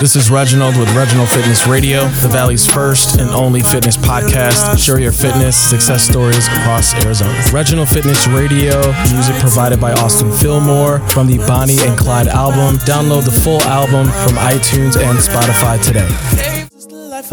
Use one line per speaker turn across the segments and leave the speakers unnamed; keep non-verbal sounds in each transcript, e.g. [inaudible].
This is Reginald with Reginald Fitness Radio, the Valley's first and only fitness podcast. Share your fitness success stories across Arizona. Reginald Fitness Radio, music provided by Austin Fillmore from the Bonnie and Clyde album. Download the full album from iTunes and Spotify today.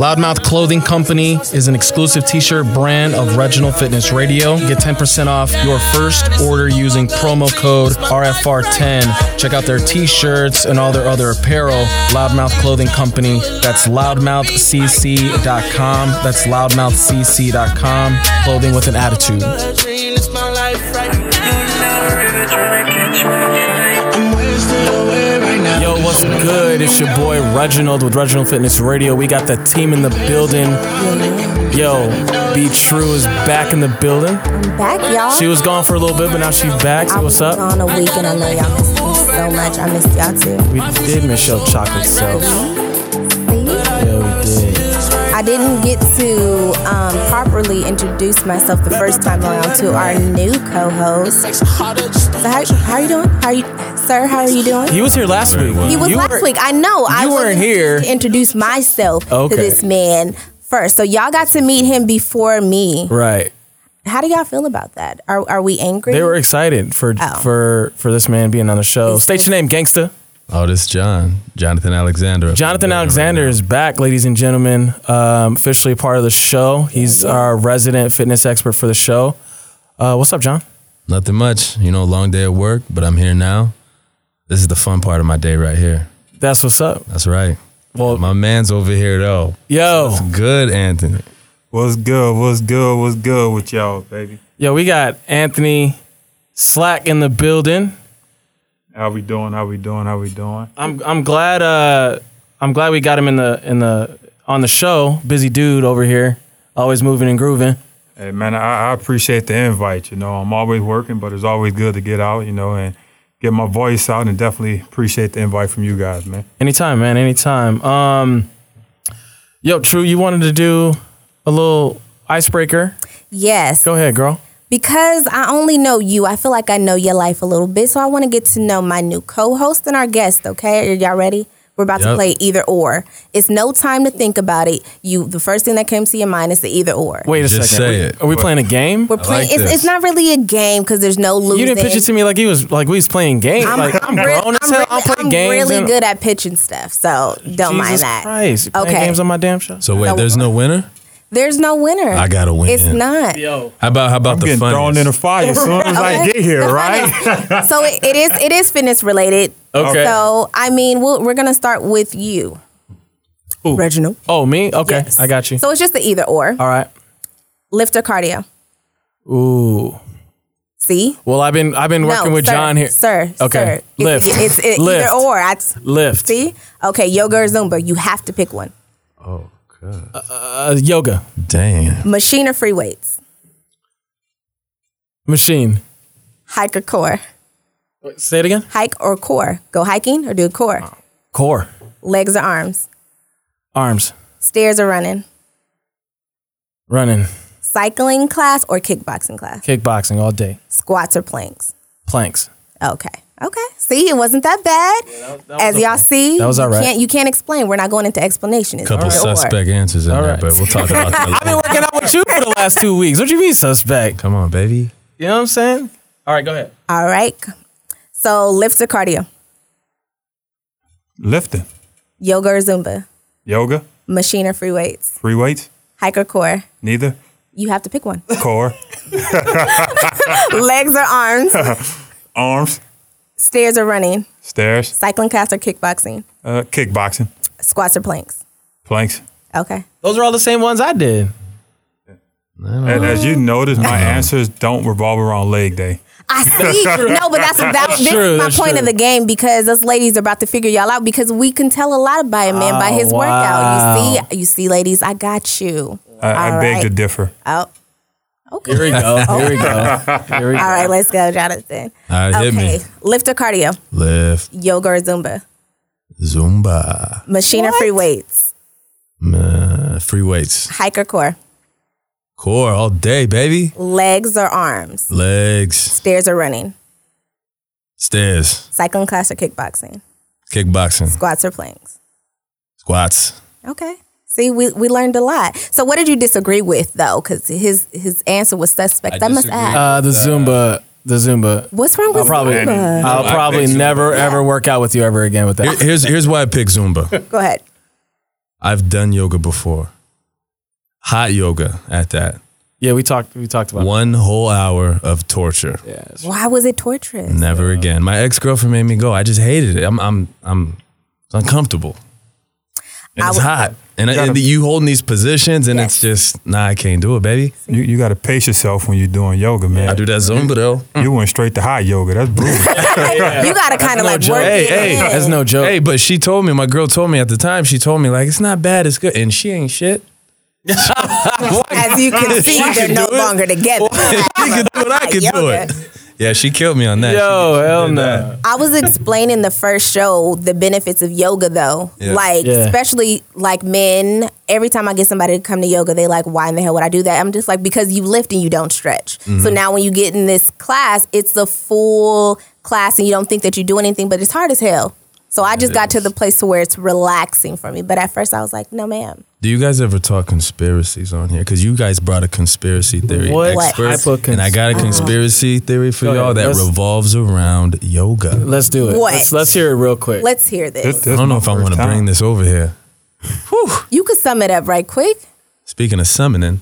Loudmouth Clothing Company is an exclusive t-shirt brand of Reginald Fitness Radio. Get 10% off your first order using promo code RFR10. Check out their t-shirts and all their other apparel. Loudmouth Clothing Company. That's loudmouthcc.com. That's loudmouthcc.com. Clothing with an attitude. Yo, what's good? It's your boy Reginald with Reginald Fitness Radio. We got the team in the building. Yo, Be True is back in the building.
back, y'all.
She was gone for a little bit, but now she's back. So what's up?
On a week, and I know y'all missed me so much. I missed y'all too.
We did miss your chocolate self.
See?
Yeah, we did.
I didn't get to um, properly introduce myself the first time around to our new co-host. So how, how are you doing? How are you, sir? How are you doing?
He was here last week.
He was
You
last
were-
week. I know. I
you weren't
wasn't
here.
To introduce myself
Okay.
to this man first. So y'all got to meet him before me.
Right.
How do y'all feel about that? Are Are we angry?
They were excited for
Oh.
for for this man being on the show. State your name, gangsta.
Oh, this is John. Jonathan Alexander.
Jonathan Alexander is back, ladies and gentlemen. Um, officially a part of the show. He's our resident fitness expert for the show. Uh, what's up, John?
Nothing much. You know, long day at work, but I'm here now. This is the fun part of my day right here.
That's what's up.
That's right.
Well-
my man's over here though.
Yo,
Good, Anthony.
What's good? What's good? What's good with y'all, baby?
yo, we got Anthony Slack in the building.
How we doing? How we doing? How we doing?
I'm I'm glad uh I'm glad we got him in the in the on the show. Busy dude over here, always moving and grooving.
Hey, man, I, I appreciate the invite. You know, I'm always working, but it's always good to get out, you know, and get my voice out and definitely appreciate the invite from you guys, man.
Anytime, man, anytime. Um Yo, True, you wanted to do a little icebreaker.
yes.
Go ahead, girl.
Because I only know you, I feel like I know your life a little bit. So I want to get to know my new co host and our guest, okay? Are y'all ready? We're about to
Yep.
play either or. It's no time to think about it. You the first thing that came to your mind is the either or.
Wait a
Just
second.
say
We-
it.
Are we playing a game?
We're playing
like
it's, it's
this.
not really a game because there's no losing.
you didn't pitch it to me like he was like we was playing games.
I'm,
like I'm,
I'm, real-
grown as
I'm
hell.
really,
I'll play
I'm
games.
really
and-
good at pitching stuff, so don't mind
Jesus
that.
Christ. you playing
Okay.
games on my damn show.
So wait,
No.
there's no winner.
There's no winner.
I gotta win.
It's not.
Yo.
How about how about the
Getting
fun?
thrown in the fire as soon as I
Okay.
get here,
The
right?
funniest. so it, it is it is fitness related.
Okay.
So I mean, we'll, we're gonna start with you, Reginald.
Oh, me? Okay.
Yes.
I got you.
So it's just the either or
All right.
lift or cardio.
Ooh.
See,
Well, I've been I've been working
No,
with
sir,
John here.
sir.
Okay.
sir. It's-
Lift.
It's, it,
Lift.
either or. I
Lift.
see. Okay, yoga or Zumba. You have to pick one.
Oh god.
Uh, yoga.
Damn.
Machine or free weights.
Machine.
Hike or core.
Wait, say it again.
Hike or core. Go hiking or do core.
Core.
Legs or arms.
Arms.
Stairs or running.
Running.
Cycling class or kickboxing class.
Kickboxing all day.
Squats or planks.
Planks.
Okay. Okay. See, it wasn't that bad. As y'all see,
That was all
you
right.
can't, you can't explain. We're not going into explanation. It's
Couple
either or.
suspect answers in
All
there,
right.
but we'll talk about
[laughs]
that. later.
Working out with you for the last two weeks. What you mean suspect?
Come on, baby.
You know what I'm saying? All right, go ahead.
All right. So lift or cardio,
Lifting,
yoga or Zumba,
yoga,
machine or free weights,
free weights,
hike or core.
neither,
You have to pick
[laughs]
one.
core,
Legs or arms,
arms,
stairs or running,
stairs,
cycling class or kickboxing,
uh, kickboxing,
squats or planks.
planks.
Okay.
Those are all the same ones I did.
And as you notice, my answers don't revolve around leg day.
I see. no, but
[laughs]
that's that, this
true,
is my
that's
point
true.
of the game because us ladies are about to figure y'all out because we can tell a lot about a man by
Oh,
his
wow.
workout. You see, you see, ladies, I got you.
I, I
All
beg
right.
to differ.
Oh. Okay.
Here we go. Here we go. Here we go.
All right, let's go, Jonathan.
All right, hit
Okay,
me.
lift or cardio,
Lift,
yoga or Zumba,
Zumba,
machine or free weights,
Uh, free weights,
hike or core,
core all day, baby.
legs or arms,
Legs,
stairs or running,
stairs,
cycling class or kickboxing,
kickboxing,
squats or planks.
Squats.
Okay. See, we, we learned a lot. So, what did you disagree with though? Because his his answer was suspect.
I
I, must
disagree.
ask.
Uh, the Zumba, the Zumba.
What's wrong with
Probably,
Zumba?
I'll
I
probably
picked Zumba.
never ever work out with you ever again with
Here-
that.
Here's here's why I picked Zumba.
Go ahead.
I've done yoga before. Hot yoga at that.
Yeah, we talked. We talked about.
One whole hour of torture.
Why was it torturous?
Never again. My ex girlfriend made me go. I just hated it. I'm I'm I'm it's uncomfortable. And
I
it's
would-
hot. And, I,
gotta-
and you holding these positions, and it's
Yes.
just nah. I can't do it, baby.
You, you got to pace yourself when you're doing yoga, man.
I do that Zumba though.
You went straight to high yoga.
[laughs]
That's brutal.
You gotta kind of like
joke.
work
Hey,
it
hey,
in.
That's no joke.
Hey, but she told me, my girl told me at the time, she told me like it's not bad, it's good, and she ain't shit.
As you can see, they're no longer
[laughs]
together.
she could do it. I could do
Yoga.
it. Yeah, she killed me on that.
Yo, hell no.
I was explaining the first show the benefits of yoga though.
Yeah.
Like
Yeah.
especially like men, every time I get somebody to come to yoga, they like, why in the hell would I do that? I'm just like, because you lift and you don't stretch. So now when you get in this class, it's a full class and you don't think that you do anything, but it's hard as hell. So I just got to the place to where it's relaxing for me. But at first I was like, no ma'am.
Do you guys ever talk conspiracies on here? Because you guys brought a conspiracy theory
What
expert,
type of cons-
and I got a conspiracy theory for
Go
y'all
ahead,
that
let's-
revolves around yoga.
Let's do it.
What?
Let's, let's hear it real quick.
Let's hear this.
I don't know if I want to bring this over here.
You could sum it up right
[laughs]
quick.
Speaking of summoning,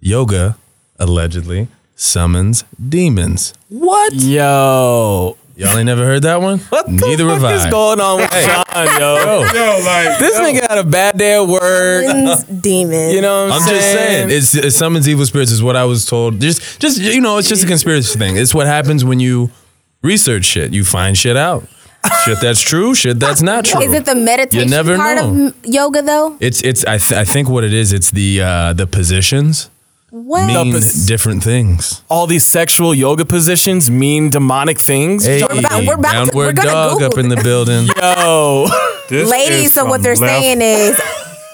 yoga allegedly summons demons. What?
Yo,
Y'all ain't never heard that one?
what the
Neither
fuck
have I.
is going on with John, yo?
Yo, like
This nigga had a bad day at work.
Demons, demons.
You know what I'm,
I'm just saying, it's, it summons evil spirits is what I was told. Just, just you know, it's just a conspiracy thing. It's what happens when you research shit. You find shit out. shit that's true. Shit that's not true.
Is it the meditation
never
part of
know.
m- yoga though?
it's it's I, th- I think what it is. It's the uh, the positions
What?
mean
pos-
different things.
all these sexual yoga positions mean demonic things.
talking about? We're about to-
downward
we're gonna
dog
Google
up in the building.
[laughs] Yo,
this
ladies,
is
so what
some
they're
left
saying is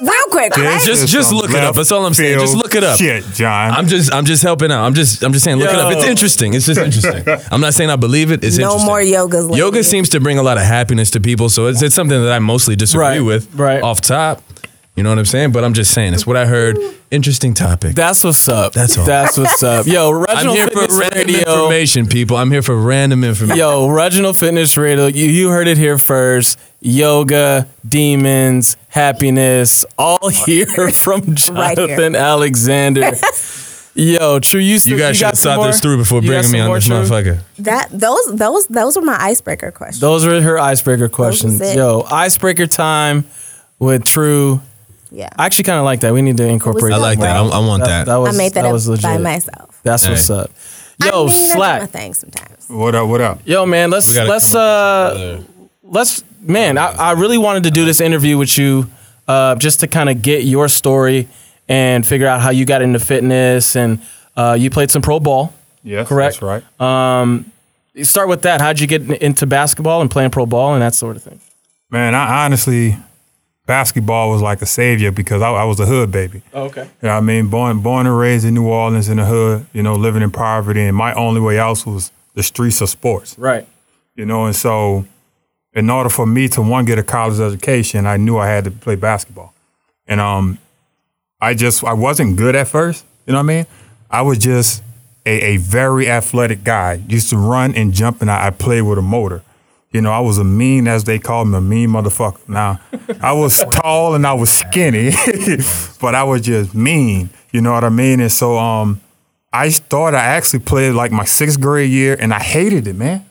real quick,
This
right?
Just-
is
just
some
look it up.
left
That's all I'm saying. Just
field
look it up.
Shit, John.
I'm just I'm just helping out. I'm just I'm just saying look it up. It's
Yo.
interesting. It's just
[laughs]
interesting. I'm not saying I believe it. It's
no
interesting.
more yogas. Ladies.
Yoga seems to bring a lot of happiness to people, so it's, it's something that I mostly disagree
Right,
with
right.
off top. You know what I'm saying? But I'm just saying it's what I heard. Interesting topic.
that's what's up.
That's all.
That's
[laughs]
what's up. Yo,
I'm
Reginald
here for
Fitness
random
Radio.
information, people. I'm here for random information.
Yo, Reginald Fitness Radio. You, you heard it here first. Yoga, demons, happiness, all
[laughs]
here from
Right here.
Jonathan
[laughs]
Alexander. Yo, true. You,
you guys
got
should have
some
thought
more?
this through before
You got
bringing me
some
on
more,
this
True?
motherfucker.
that those those those were my icebreaker questions.
Those were her icebreaker questions.
it.
Yo, icebreaker time with True.
yeah,
I
I,
actually kind of like that. We need to incorporate.
I like
more.
that. I- I want that.
was,
made that,
was
up
legit.
by myself.
That's what's
Hey.
up. Yo,
I mean, I do my
Slack.
thing sometimes.
what up? What up?
Yo, man. Let's
We gotta
let's
come up
uh let's man. I, I really wanted to do this interview with you, uh, just to kind of get your story and figure out how you got into fitness and uh, you played some pro ball.
Yes,
Correct.
That's right.
You Start with that. How'd you get in- into basketball and playing pro ball and that sort of thing?
Man, I honestly, basketball was like a savior because I, I was a hood baby.
Oh, okay.
You know what I mean? Born born and raised in New Orleans in the hood, you know, living in poverty, and my only way out was the streets of sports.
Right.
You know, and so in order for me to one get a college education, I knew I had to play basketball. And um I just I wasn't good at first, you know what I mean? I was just a, a very athletic guy. Used to run and jump and I, I played with a motor. You know, I was a mean, as they call me, a mean motherfucker. Now, I was tall and I was skinny, [laughs] but I was just mean. You know what I mean? And so um I started, I actually played like my sixth grade year and I hated it, man.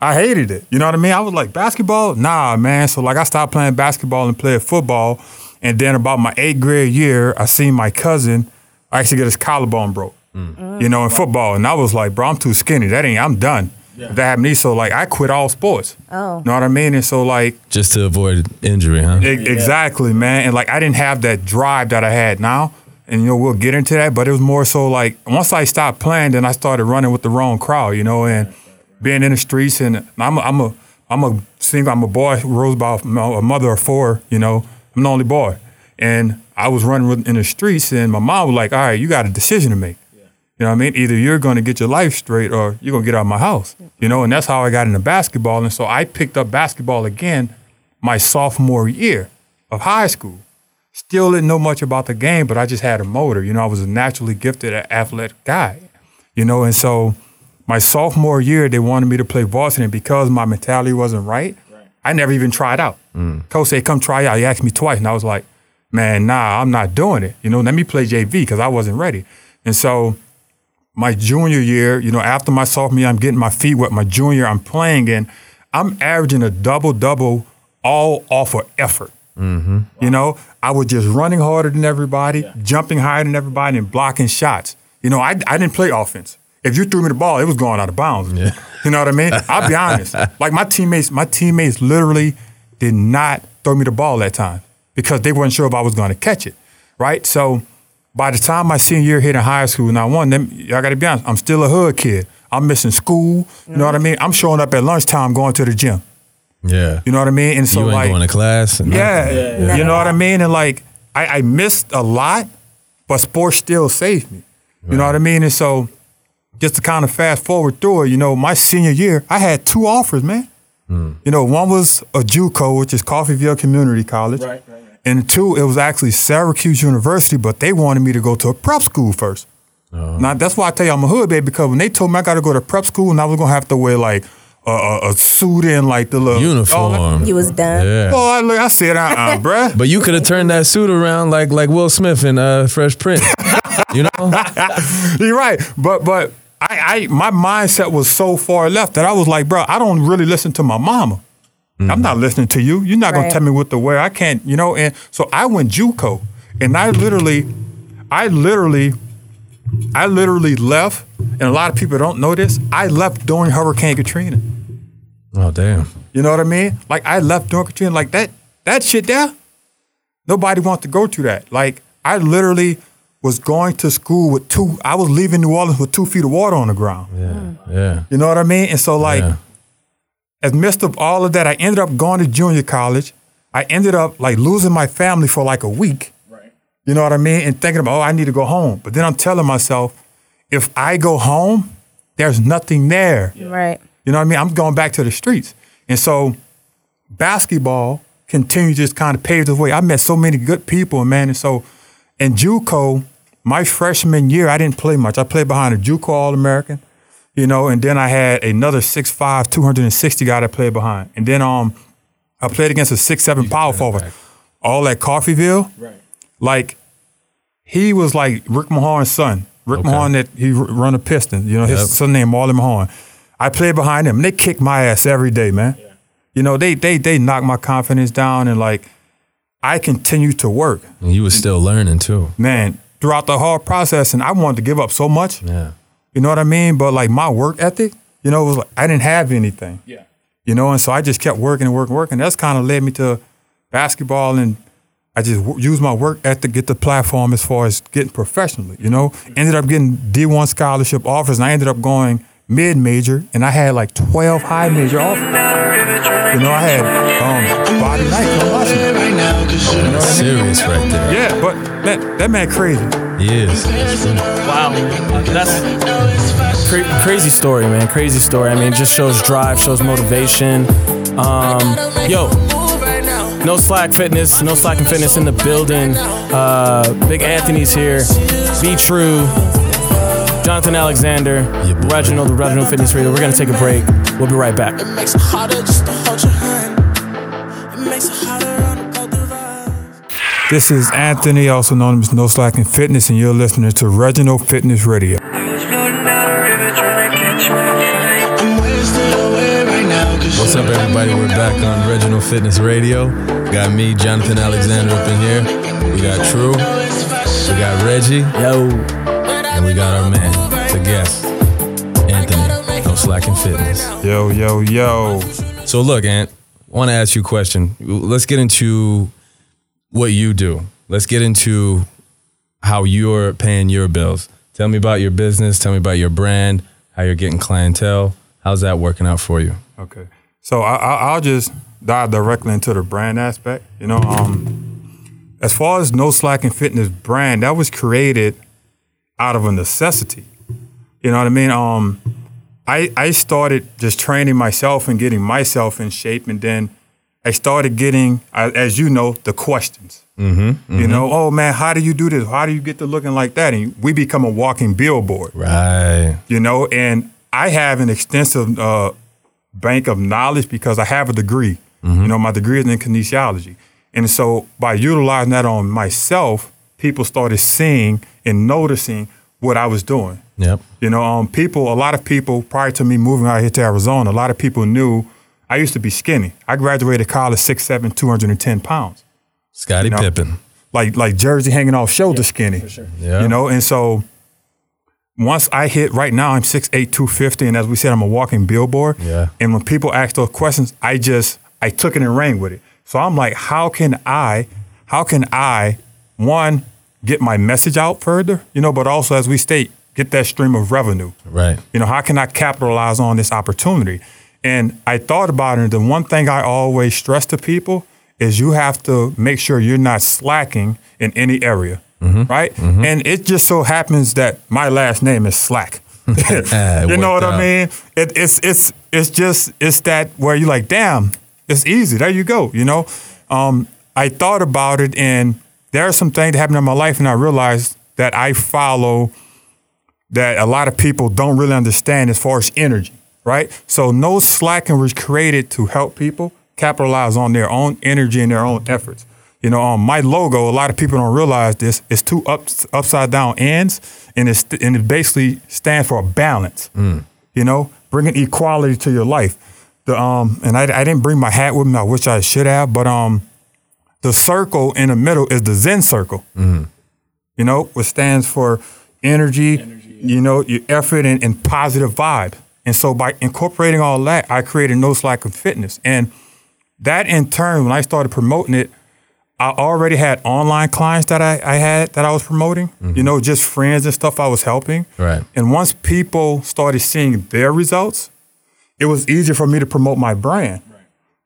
I hated it. You know what I mean? I was like, basketball? Nah, man. So like I stopped playing basketball and played football. And then about my eighth grade year, I seen my cousin I actually get his collarbone broke. You know, in football. And I was like, bro, I'm too skinny. That ain't I'm done. That happened to me. So like I quit all sports.
Oh.
Know what I mean? And so like
Just to avoid injury, huh?
E- Exactly, man. And like I didn't have that drive that I had now. And you know, we'll get into that, but it was more so like once I stopped playing, then I started running with the wrong crowd, you know, and being in the streets and I'm a, I'm a I'm a single, I'm a boy who rose by a mother of four, you know. I'm the only boy. And I was running with- in the streets and my mom was like, "All right, you got a decision to make." You know what I mean? Either you're going to get your life straight or you're going to get out of my house. You know, and that's how I got into basketball. And so I picked up basketball again my sophomore year. of high school. Still didn't know much about the game, but I just had a motor. You know, I was a naturally gifted a- athletic guy. You know, and so my sophomore year, they wanted me to play varsity. And because my mentality wasn't right, I never even tried out. Coach said, come try out. He asked me twice. And I was like, man, nah, I'm not doing it. You know, let me play JV because I wasn't ready. And so my junior year, you know, after my sophomore year, I'm getting my feet wet. My junior, I'm playing and I'm averaging a double double all off of effort. You know, I was just running harder than everybody, jumping higher than everybody, and blocking shots. You know, I, I didn't play offense. If you threw me the ball, it was going out of bounds. You know what I mean? I'll be honest.
[laughs]
Like my teammates, my teammates literally did not throw me the ball that time because they weren't sure if I was going to catch it. Right? So by the time my senior year hit in high school, and I won them, I got to be honest, I'm still a hood kid. I'm missing school. You
Mm-hmm.
know what I mean? I'm showing up at lunchtime, going to the gym.
Yeah.
You know what I mean? And so
You ain't
like
going to class. and
yeah.
nothing.
You know what I mean? And like I, I missed a lot, but sports still saved me. You know what I mean? And so just to kind of fast forward through it, you know, my senior year, I had two offers, man. You know, one was a JUCO, which is Coffeeville Community College. Right, right, And two, it was actually Syracuse University, but they wanted me to go to a prep school first. Now that's why I tell you I'm a hood baby because when they told me I got to go to prep school and I was gonna have to wear like a, a, a suit and like the little all that-
Uniform.
You was done.
Yeah.
Oh, I, look, I said, uh-uh, [laughs] bruh.
But you could have turned that suit around like like Will Smith in uh, Fresh Prince. you
[laughs]
know?
You're right. But but I, I my mindset was so far left that I was like, bro, I don't really listen to my mama. I'm not listening to you. You're not gonna
Right.
tell me what to wear. I can't, you know. And so I went JUCO, and I literally, I literally, I literally left. And a lot of people don't know this. I left during Hurricane Katrina.
Oh damn.
You know what I mean? Like I left North Katrina, like that that shit there. Nobody wants to go through that. Like I literally was going to school with two. I was leaving New Orleans with two feet of water on the ground.
Yeah.
You know what I mean? And so like,
Yeah.
as midst of all of that, I ended up going to junior college. I ended up like losing my family for like a week. You know what I mean? And thinking about, oh, I need to go home. But then I'm telling myself, if I go home, there's nothing there.
Right.
You know what I mean? I'm going back to the streets. And so basketball continued to just kind of pave the way. I met so many good people, man. And so in JUCO, my freshman year, I didn't play much. I played behind a JUCO All-American, you know, and then I had another 6'5", 260 guy that played behind. And then um, I played against a six-seven power forward, all at Coffeeville. Right. Like, he was like Rick Mahorn's son. Rick
Okay.
Mahorn that he r- run the Pistons, you know, his
Yep.
son named Marlon Mahorn. I played behind him. They kicked my ass every day, man. You know, they they they knocked my confidence down and like I continued to work,
And you was still learning too.
man, throughout the whole process and I wanted to give up so much.
Yeah.
You know what I mean? But like my work ethic, you know, was like I didn't have anything. Yeah. You know, and so I just kept working and working, working. That's kind of led me to basketball, and I just w- used my work ethic to get the platform as far as getting professionally. You know, ended up getting D1 scholarship offers, and I ended up going mid major, and I had like 12 high major offers. You know, I had um, Bobby Knight. on my team.
Serious right there.
Yeah, but that that man crazy.
Yes.
Wow. That's cra- crazy story, man. Crazy story. I mean, it just shows drive, shows motivation. Um, yo, no slack fitness, no slack and fitness in the building. Uh, Big Anthony's here. Be true. Jonathan Alexander,
Yeah, boy.
Reginald, the Reginald Fitness Radio. We're gonna take a break. We'll be right back.
It makes it harder just to hold your hand. It makes it harder on both of us.
This is Anthony, also known as No Slack and Fitness, and you're listening to Reginald Fitness Radio.
What's up everybody? We're back on Reginald Fitness Radio. Got me, Jonathan Alexander up in here. We got True. We got Reggie.
Yo.
And we got our man, the guest, Anthony. No slack and fitness.
Yo, yo, yo.
So look, Ant, want to ask you a question. Let's get into what you do. Let's get into how you're paying your bills. Tell me about your business. Tell me about your brand. How you're getting clientele. How's that working out for you?
Okay. So I, I, I'll just dive directly into the brand aspect. You know, um, as far as No Slack and Fitness brand, that was created out of a necessity. You know what I mean? Um, I, I started just training myself and getting myself in shape. And then I started getting, I- as you know, the questions. You know, oh man, how do you do this? How do you get to looking like that? And we become a walking billboard
Right.
you know and i have an extensive uh, bank of knowledge because i have a degree you know my degree is in kinesiology and so by utilizing that on myself people started seeing and noticing what i was doing
Yep.
you know um, people a lot of people prior to me moving out here to arizona a lot of people knew i used to be skinny i graduated college 6'7 210 pounds
Scotty
know?
Pippen.
like like jersey hanging off shoulder skinny.
Yeah.
You know, and so once I hit right now, I'm 6'8", 250, and as we said, I'm a walking billboard.
Yeah.
And when people ask those questions, I just I took it and ran with it. So I'm like, how can I, how can I, one, get my message out further, you know, but also as we state, get that stream of revenue.
Right.
You know, how can I capitalize on this opportunity? And I thought about it. And the one thing I always stress to people is you have to make sure you're not slacking in any area,
Mm-hmm.
right? And it just so happens that my last name is
[laughs]
Slack. you know
Ah, worked
what I
out.
mean? It, it's it's it's just it's that where you're like, damn, it's easy. There you go. You know, um, I thought about it, and there are some things that happened in my life, and I realized that I follow that a lot of people don't really understand as far as energy, right? So no slacking was created to help people capitalize on their own energy and their own efforts. You know, um, my logo, a lot of people don't realize this, is two ups, upside down ends, and, it's, and it basically stands for a balance, you know, bringing equality to your life. The, um, and I, I didn't bring my hat with me, I wish I should have, but um, the circle in the middle is the Zen circle you know, which stands for energy, you know, your effort and, and positive vibe. And so by incorporating all that, I created No Slack of Fitness. And that in turn, when I started promoting it, I already had online clients that I, I had that I was promoting, you know, just friends and stuff I was helping.
Right.
And once people started seeing their results, it was easier for me to promote my brand.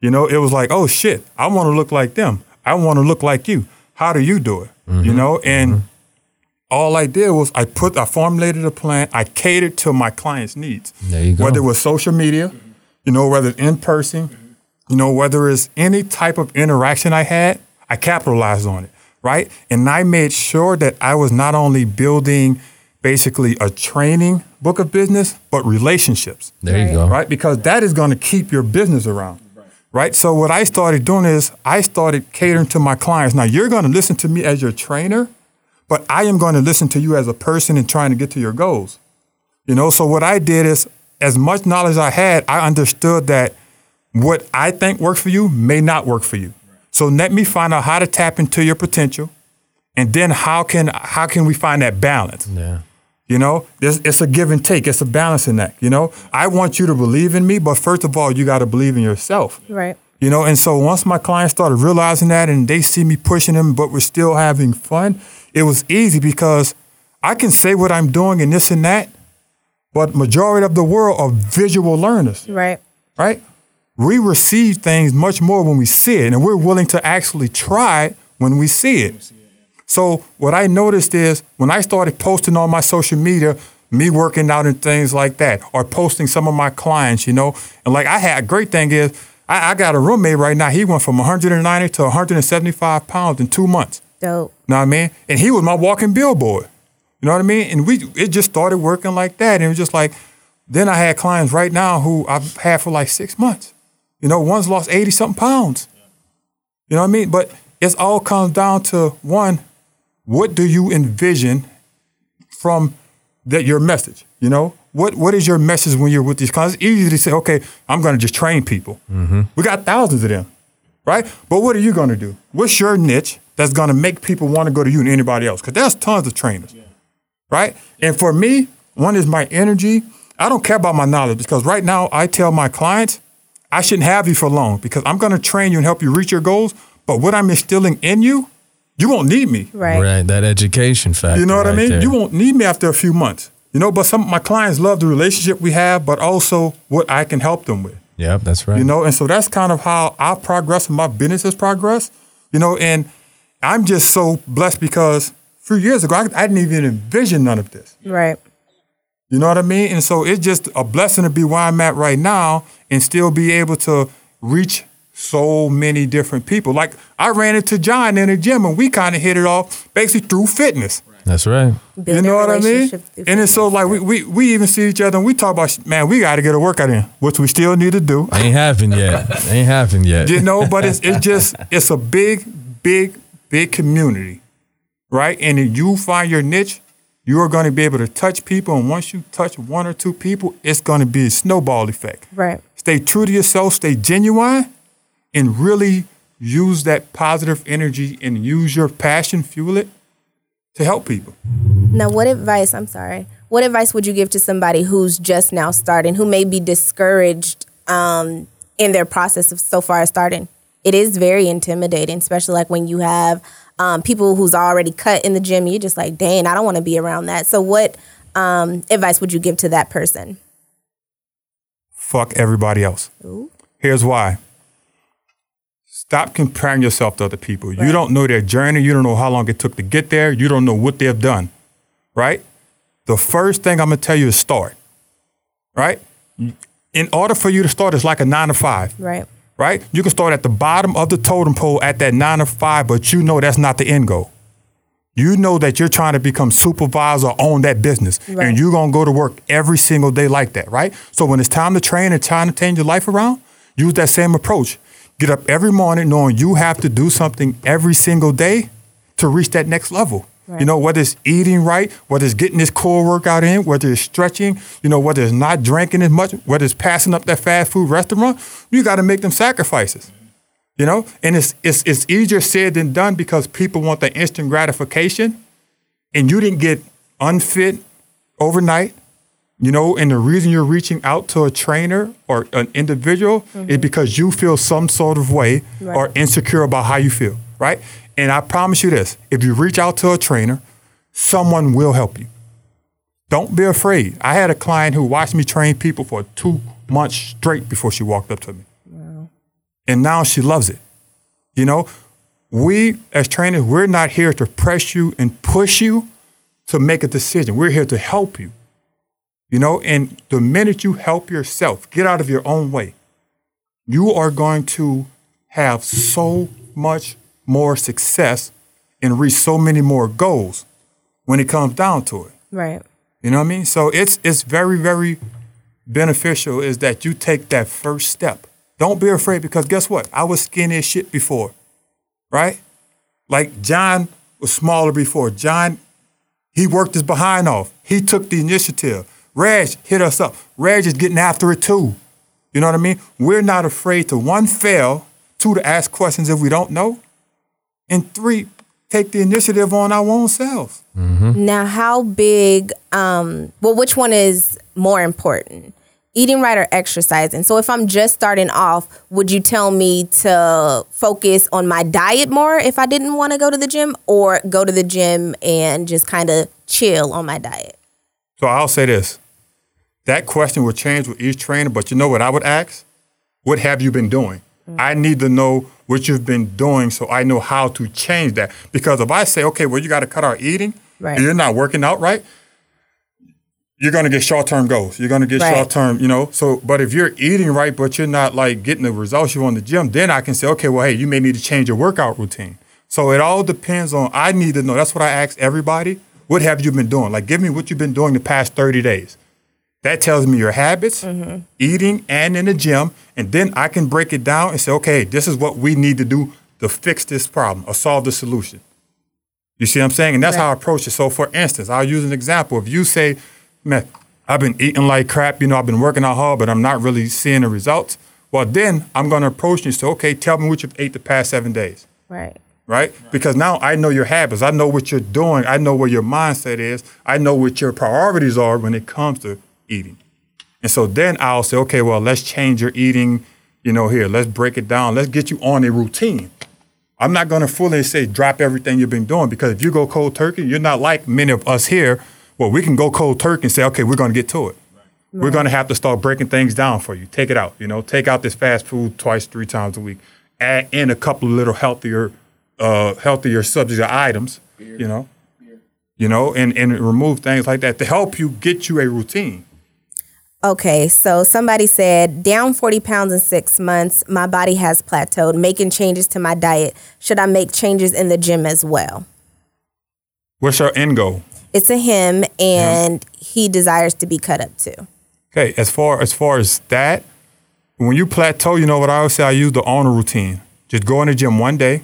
You know, it was like, oh shit, I want to look like them. I want to look like you. How do you do it?
Mm-hmm.
You know, and all I did was I put, I formulated a plan. I catered to my clients' needs.
There you go.
Whether it was social media, you know, whether it's in person, you know, whether it's any type of interaction I had, I capitalized on it, right? And I made sure that I was not only building basically a training book of business, but relationships
There you go.
right? Because that is going to keep your business around, right? So what I started doing is I started catering to my clients. Now you're going to listen to me as your trainer, but I am going to listen to you as a person and trying to get to your goals. You know, so what I did is as much knowledge I had, I understood that what I think works for you may not work for you. So let me find out how to tap into your potential and then how can how can we find that balance?
Yeah.
You know, There's, it's a give and take. It's a balancing act. You know, I want you to believe in me, but first of all, you got to believe in yourself.
Right.
You know, and so once my clients started realizing that, and they see me pushing them, but we're still having fun, it was easy because I can say what I'm doing and this and that, but majority of the world are visual learners
Right.
right? We receive things much more when we see it, and we're willing to actually try it when we see it. So what I noticed is when I started posting on my social media, me working out and things like that, or posting some of my clients, you know, and like I had a great thing is I, I got a roommate right now. He went from 190 to 175 pounds in two months.
Dope.
Know what I mean? And he was my walking billboard. You know what I mean? And we it just started working like that. And it was just like, then I had clients right now who I've had for like six months. You know, one's lost 80 something pounds. You know what I mean? But it's all comes down to one, what do you envision from that your message? You know? What what is your message when you're with these clients? It's easy to say, okay, I'm gonna just train people. We got thousands of them right? But what are you going to do? What's your niche that's going to make people want to go to you and anybody else? Because there's tons of trainers, right? And for me, one is my energy. I don't care about my knowledge because right now I tell my clients I shouldn't have you for long because I'm going to train you and help you reach your goals. But what I'm instilling in you, you won't need me.
Right.
Right. That education factor.
You know what I
right
mean?
there.
You won't need me after a few months. You know, but some of my clients love the relationship we have, but also what I can help them with.
Yep. That's right.
You know, and so that's kind of how I progress and my business has progressed. You know, and I'm just so blessed because a few years ago, I, I didn't even envision none of this.
Right.
You know what I mean? And so it's just a blessing to be where I'm at right now and still be able to reach so many different people. Like I ran into John in the gym and we kind of hit it off basically through fitness.
That's right.
Build
you
that
know what I mean?
relationship through
And it's so like we, we we even see each other and we talk about man, we got to get a workout in, which we still need to do.
Ain't happened yet. Ain't happened yet.
you know, but it's it's just it's a big, big, big community, right? And if you find your niche, you are going to be able to touch people, and once you touch one or two people, it's going to be a snowball effect.
Right.
Stay true to yourself, stay genuine, and really use that positive energy and use your passion, fuel it to help people.
Now, what advice? I'm sorry. What advice would you give to somebody who's just now starting, who may be discouraged um, in their process of so far as starting? It is very intimidating, especially like when you have um, people who's already cut in the gym. You're just like, dang, I don't want to be around that. So, what um, advice would you give to that person?
Fuck everybody else. Here's why. Stop comparing yourself to other people. You
Right.
don't know their journey. You don't know how long it took to get there. You don't know what they've done, right? The first thing I'm going to tell you is start, right? In order for you to start, it's like a nine to five,
Right.
right? You can start at the bottom of the totem pole at that nine to five, but you know that's not the end goal. You know that you're trying to become supervisor on that business,
Right.
and you're gonna go to work every single day like that, right? So when it's time to train and time to change your life around, use that same approach. Get up every morning knowing you have to do something every single day to reach that next level.
Right.
You know, whether it's eating right, whether it's getting this core workout in, whether it's stretching, you know, whether it's not drinking as much, whether it's passing up that fast food restaurant, you got to make them sacrifices. You know, and it's it's it's easier said than done because people want the instant gratification, and you didn't get unfit overnight. You know, and the reason you're reaching out to a trainer or an individual is because you feel some sort of way or
Right.
insecure about how you feel, right? And I promise you this: if you reach out to a trainer, someone will help you. Don't be afraid. I had a client who watched me train people for two months straight before she walked up to me and now she loves it. You know, we as trainers, we're not here to press you and push you to make a decision. We're here to help you. You know, and the minute you help yourself, get out of your own way, you are going to have so much more success and reach so many more goals when it comes down to it.
Right.
You know what I mean? So it's it's very very beneficial is that you take that first step. Don't be afraid because guess what? I was skinny as shit before, right? Like John was smaller before. John, he worked his behind off. He took the initiative. Reg hit us up. Reg is getting after it too. You know what I mean? We're not afraid to one fail, two to ask questions if we don't know, and three take the initiative on our own selves.
Now, how big? Um, well, which one is more important, eating right or exercising? So, if I'm just starting off, would you tell me to focus on my diet more if I didn't want to go to the gym, or go to the gym and just kind of chill on my diet?
So I'll say this. That question will change with each trainer, but you know what I would ask? What have you been doing? I need to know what you've been doing so I know how to change that. Because if I say, okay, well, you got to cut out eating,
Right.
and you're not working out right, you're going to get short term goals. You're going to get
Right.
short term, you know. So, but if you're eating right, but you're not like getting the results you want in the gym, then I can say, okay, well, hey, you may need to change your workout routine. So it all depends on, I need to know. That's what I ask everybody. What have you been doing? Like, give me what you've been doing the past 30 days. That tells me your habits, eating, and in the gym. And then I can break it down and say, okay, this is what we need to do to fix this problem or solve the solution. You see what I'm saying? And that's how I approach it. So, for instance, I'll use an example. If you say, man, I've been eating like crap, you know, I've been working out hard, but I'm not really seeing the results. Well, then I'm going to approach you and say, okay, tell me what you've ate the past seven days
Right.
right? Because now I know your habits. I know what you're doing. I know where your mindset is. I know what your priorities are when it comes to eating. And so then I'll say, okay, well, let's change your eating. You know, here, let's break it down. Let's get you on a routine. I'm not going to fully say drop everything you've been doing because if you go cold turkey, you're not like many of us here. Well, we can go cold turkey and say, okay, we're going to get to it. We're going to have to start breaking things down for you. Take it out. You know, take out this fast food twice, three times a week. Add in a couple of little healthier, uh, healthier subjects or items. You know, you know, and and remove things like that to help you get you a routine.
Okay, so somebody said, down 40 pounds in six months. My body has plateaued. Making changes to my diet. Should I make changes in the gym as well?
What's your end goal?
It's a him, and he desires to be cut up too.
Okay, as far as far as that, when you plateau, you know what I always say. I use the owner routine. Just go in the gym one day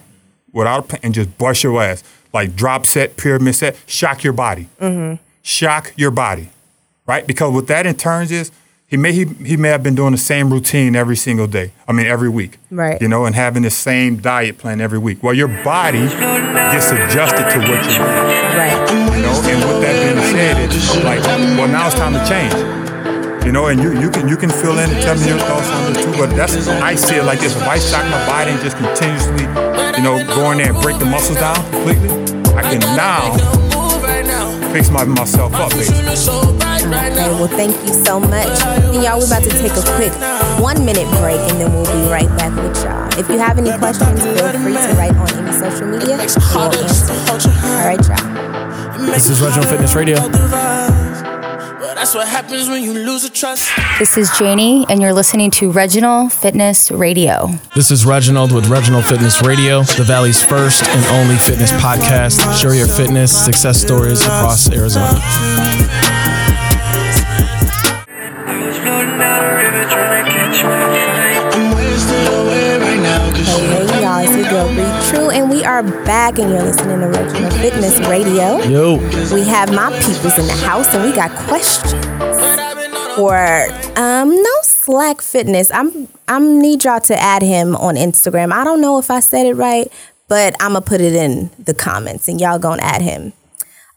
without a plan and just bust your ass like drop set, pyramid set, shock your body, shock your body, right? Because what that in turns is he may he, he may have been doing the same routine every single day. I mean every week,
Right.
You know, and having the same diet plan every week. Well, your body gets adjusted to what you do.
Right.
You know, and with that being said, it's like, well, now it's time to change. You know, and you, you can you can fill in and tell me your thoughts on this too, but that's I see it like this. If I shock my body and just continuously, you know, go in there and break the muscles down completely, I can now fix my, myself up, baby.
Okay, well, thank you so much. And y'all, we're about to take a quick one minute break and then we'll be right back with y'all. If you have any questions, feel free to write on any social media. We'll answer. All right, y'all.
This is Reginald Fitness Radio.
That's what happens when you lose a trust.
This is Janie, and you're listening to Reginald Fitness Radio.
This is Reginald with Reginald Fitness Radio, the Valley's first and only fitness podcast. Share your fitness success stories across Arizona.
Hey, hey, y'all, it's your girl, Bree True, and we are back, and you're listening to Reginald Fitness Radio.
Yo,
We have my peoples in the house, and we got questions for um, no slack fitness. I'm I'm need y'all to add him on Instagram. I don't know if I said it right, but I'm gonna put it in the comments, and y'all gonna add him.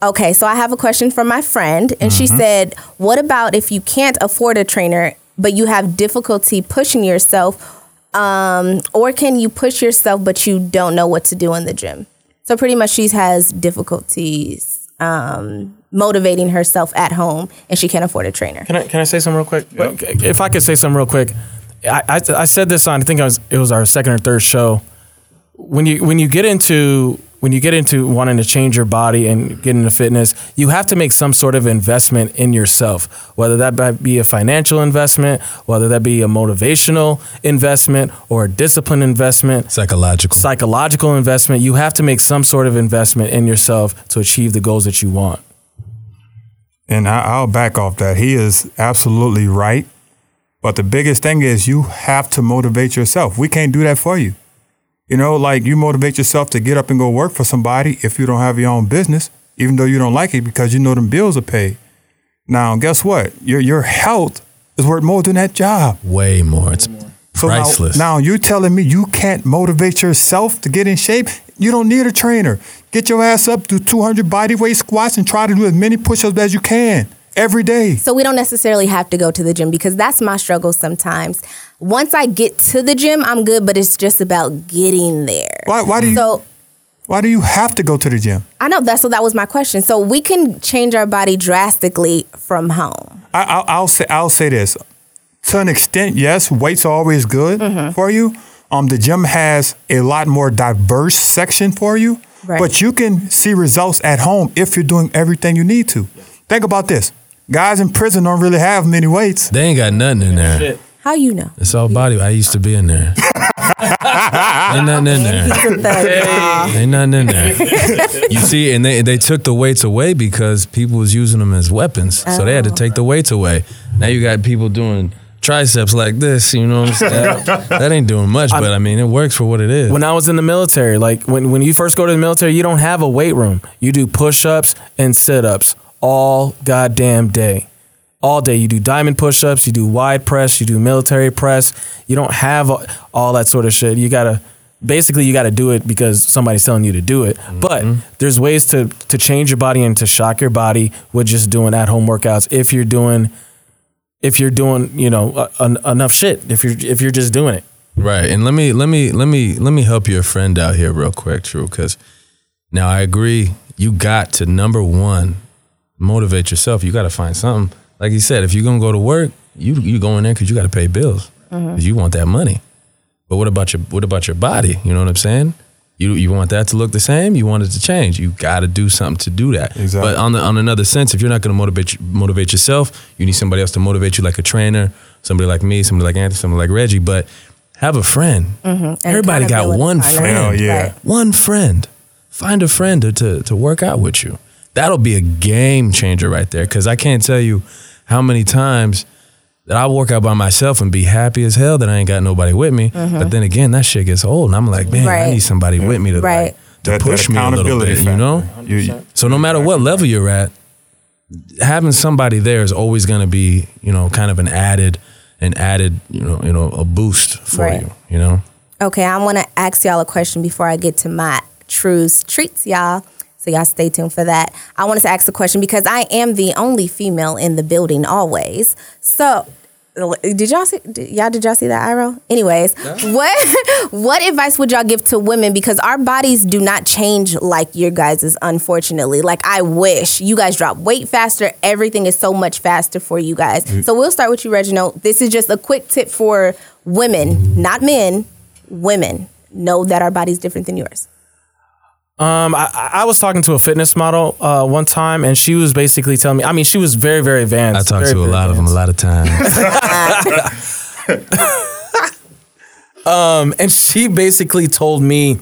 Okay, so I have a question from my friend, and she said, "What about if you can't afford a trainer, but you have difficulty pushing yourself, um, or can you push yourself but you don't know what to do in the gym?" So pretty much, she has difficulties um, motivating herself at home, and she can't afford a trainer.
Can I can I say something real quick? Wait, If I could say something real quick, I, I, I said this on I think I was it was our second or third show. When you when you get into when you get into wanting to change your body and get into fitness, you have to make some sort of investment in yourself, whether that might be a financial investment, whether that be a motivational investment or a discipline investment,
Psychological.
psychological investment. You have to make some sort of investment in yourself to achieve the goals that you want.
And I, I'll back off that. He is absolutely right. But the biggest thing is you have to motivate yourself. We can't do that for you. You know, like you motivate yourself to get up and go work for somebody if you don't have your own business, even though you don't like it because you know them bills are paid. Now, guess what? Your your health is worth more than that job.
Way more. It's
So now-
priceless.
Now, you're telling me you can't motivate yourself to get in shape? You don't need a trainer. Get your ass up, do 200 body weight squats, and try to do as many push ups as you can every day.
So we don't necessarily have to go to the gym because that's my struggle sometimes. Once I get to the gym, I'm good, but it's just about getting there.
Why- why do you-
So
Why do you have to go to the gym?
I know that's so that was my question. So we can change our body drastically from home.
I, I'll, I'll say I'll say this to an extent. Yes, weights are always good for you. Um, the gym has a lot more diverse section for you,
Right.
but you can see results at home if you're doing everything you need to. Think about this: guys in prison don't really have many weights.
They ain't got nothing in there.
How you know?
It's all body. I used to be in
[laughs]
there. ain't nothing in there.
He's a thug, y'all.
Ain't nothing in
[laughs]
there. you see, and they they took the weights away because people was using them as weapons, so they had to
Oh.
take the weights away. Now you got people doing triceps like this. You know what
[laughs]
I'm saying? that ain't doing much, but I mean it works for what it is.
when I was in the military, like when, when you first go to the military, you don't have a weight room. You do push ups and sit ups all goddamn day. All day. You do diamond push ups, you do wide press, you do military press. You don't have a- all that sort of shit. You gotta basically you gotta do it because somebody's telling you to do it. But there's ways to to change your body and to shock your body with just doing at home workouts if you're doing if you're doing, you know, uh, en- enough shit. If you're if you're just doing it.
Right. And let me let me let me let me help your friend out here real quick, True, because now I agree you got to number one, motivate yourself. You gotta find something. Like you said, if you're gonna go to work, you you go in there because you gotta pay bills. Because you want that money. But what about your what about your body? You know what I'm saying? You you want that to look the same? You want it to change? You got to do something to do that.
Exactly.
But on the on another sense, if you're not going to motivate motivate yourself, you need somebody else to motivate you, like a trainer, somebody like me, somebody like Anthony, somebody like Reggie. But have a friend. Everybody got
accountability
one
partner.
friend.
Hell yeah.
Right.
One friend. Find a friend to, to, to work out with you. That'll be a game changer right there. Cause I can't tell you how many times that I work out by myself and be happy as hell that I ain't got nobody with me. But then again, that shit gets old. And I'm like, man, I
Mm-hmm. Right.
need somebody with me to, like,
Right.
to
That- that
push me a little
accountability
bit, you know?
factor. You-
So no matter what level you're at, having somebody there is always going to be, you know, kind of an added, an added, you know, you know, a boost for
Right.
you, you know?
Okay, I want to ask y'all a question before I get to my truths treats, y'all. So y'all stay tuned for that. I wanted to ask a question because I am the only female in the building always. So did y'all see did, y'all did y'all see that Iro? Anyways, what what advice would y'all give to women because our bodies do not change like your guys's unfortunately. Like I wish you guys drop weight faster. Everything is so much faster for you
Mm.
guys. So we'll start with you Reginald. This is just a quick tip for women, not men women know that our body's different than
[laughs]
yours.
Um, I- I, I was talking to a fitness model uh, one time, and she was basically telling me. I mean, she was very, very advanced.
I talk
very,
to a
very
lot of them a
advanced.
lot of times.
Um, and she basically told me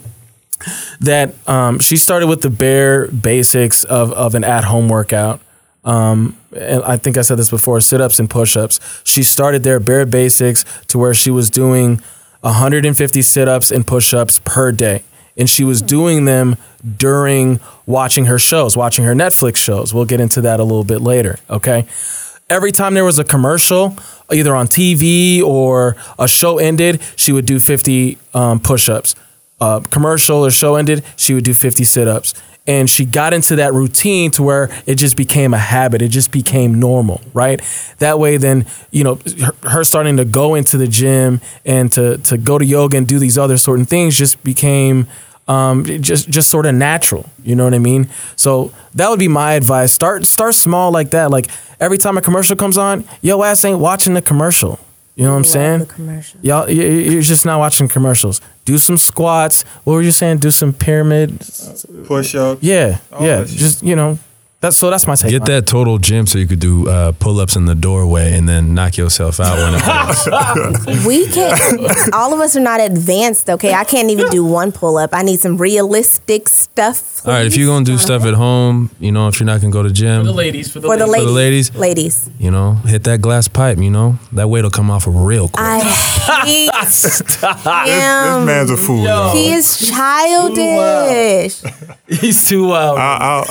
that um, she started with the bare basics of, of an at home workout. Um, and I think I said this before sit ups and push ups. She started there, bare basics, to where she was doing 150 sit ups and push ups per day. And she was doing them during watching her shows, watching her Netflix shows. We'll get into that a little bit later, okay? every time there was a commercial, either on TV or a show ended, she would do 50 um, push ups. Uh, commercial or show ended, she would do 50 sit ups. And she got into that routine to where it just became a habit. It just became normal, right? That way, then, you know, her, her starting to go into the gym and to, to go to yoga and do these other certain things just became um, it just just sort of natural. You know what I mean? So that would be my advice. Start start small like that. Like every time a commercial comes on, yo ass ain't watching the commercial. You know what I'm saying?
the commercial.
Y'all, y- y- you're just not watching commercials. Do some squats. What were you saying? Do some pyramid.
Push up.
Yeah,
Oh,
yeah.
that's-
Just you know, that's so that's my take.
Get
on it.
that total gym so you could do uh, pull ups in the doorway and then knock yourself out when it falls.
We can't. all of us are not advanced. Okay, I can't even do one pull up. I need some realistic stuff.
All right, if you're gonna do stuff at home, you know, if you're not gonna go to gym,
the ladies for the,
for the
ladies.
ladies,
the ladies.
ladies,
you know, hit that glass pipe. You know, that weight'll come off real quick. [laughs]
I hate
This
him.
man's a fool. y'all.
He is childish.
[laughs] He's too wild.
Ah.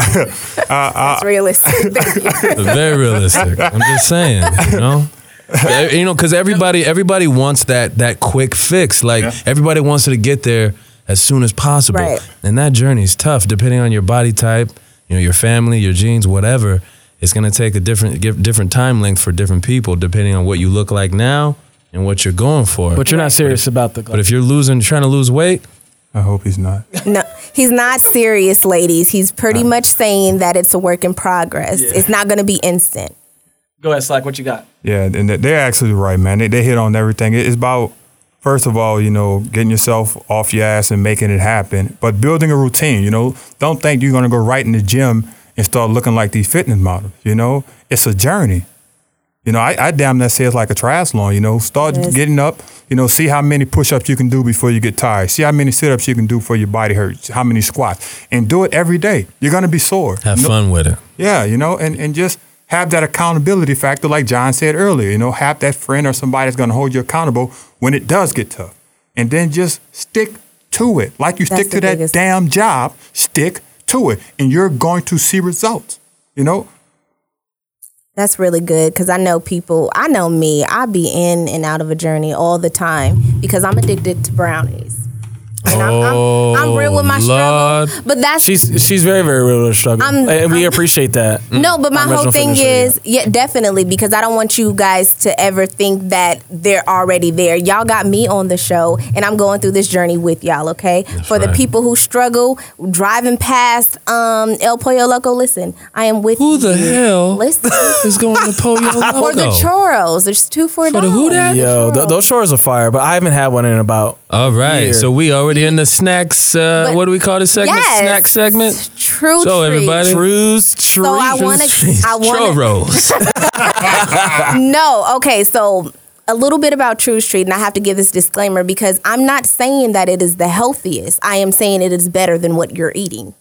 That's realistic. Thank you. [laughs]
Very realistic. I'm just saying, you know. Eh, You know, because everybody, everybody wants that that quick fix. Like
Yeah.
everybody wants to get there as soon as possible,
Right.
and that journey is tough. Depending on your body type, you know, your family, your genes, whatever, it's gonna take a different give- different time length for different people, depending on what you look like now and what you're going for.
but you're not serious about the.
But if you're losing, trying to lose weight,
I hope he's not.
No, he's not serious, ladies. He's pretty much saying that it's a work in progress. It's not going to be instant.
Go ahead, Slack. What you got?
Yeah, and they- they're actually right, man. They, they hit on everything. It- It's about, first of all, you know, getting yourself off your ass and making it happen, but building a routine, you know. Don't think you're going to go right in the gym and start looking like these fitness models, you know. It's a journey. You know, I, I damn that says like a triathlon, you know. Start
Yes.
getting up, you know, see how many push ups you can do before you get tired. See how many sit ups you can do before your body hurts, how many squats, and do it every day. You're going to be sore.
have fun with
[laughs]
it.
Yeah, you know, and, and just have that accountability factor, like John said earlier. You know, have that friend or somebody that's going to hold you accountable when it does get tough, and then just stick to it. Like you
That's
stick to
the
that
biggest-
damn job, stick to it, and you're going to see results. You know,
That's really good because I know people, I know me, I be in and out of a journey all the time because I'm addicted to brownies. And I'm, I'm, I'm real with my
Oh, Lord.
struggle. But that's
She's she's very very real with her struggle,
I'm-
and we
I'm-
appreciate that.
Mm-hmm.
No, but my
I'm
whole
Reginald
thing
Fitness Radio.
is, yeah, definitely, because I don't want you guys to ever think that they're already there. Y'all got me on the show, and I'm going through this journey with y'all, okay? For the
right.
people who struggle driving past um, El Pollo Loco, listen, I am with
Who the
you.
hell [laughs]
Listen.
is going to Pollo
[laughs] Or the
Loco?
churros. There's two for a
For the who
dollar.
dat?
Yo, th- those shores are fire, but I haven't had one in about
All right,
Yeah.
so we already in the snacks. Uh,
But-
what do we call this segment?
Yes.
Snack segment.
True.
So,
treat.
everybody-
Trues, trues.
So I want to. I want
[laughs]
[laughs]
Churros.
no. Okay. So a little bit about True Street, and I have to give this disclaimer because I'm not saying that it is the healthiest. I am saying it is better than what you're eating.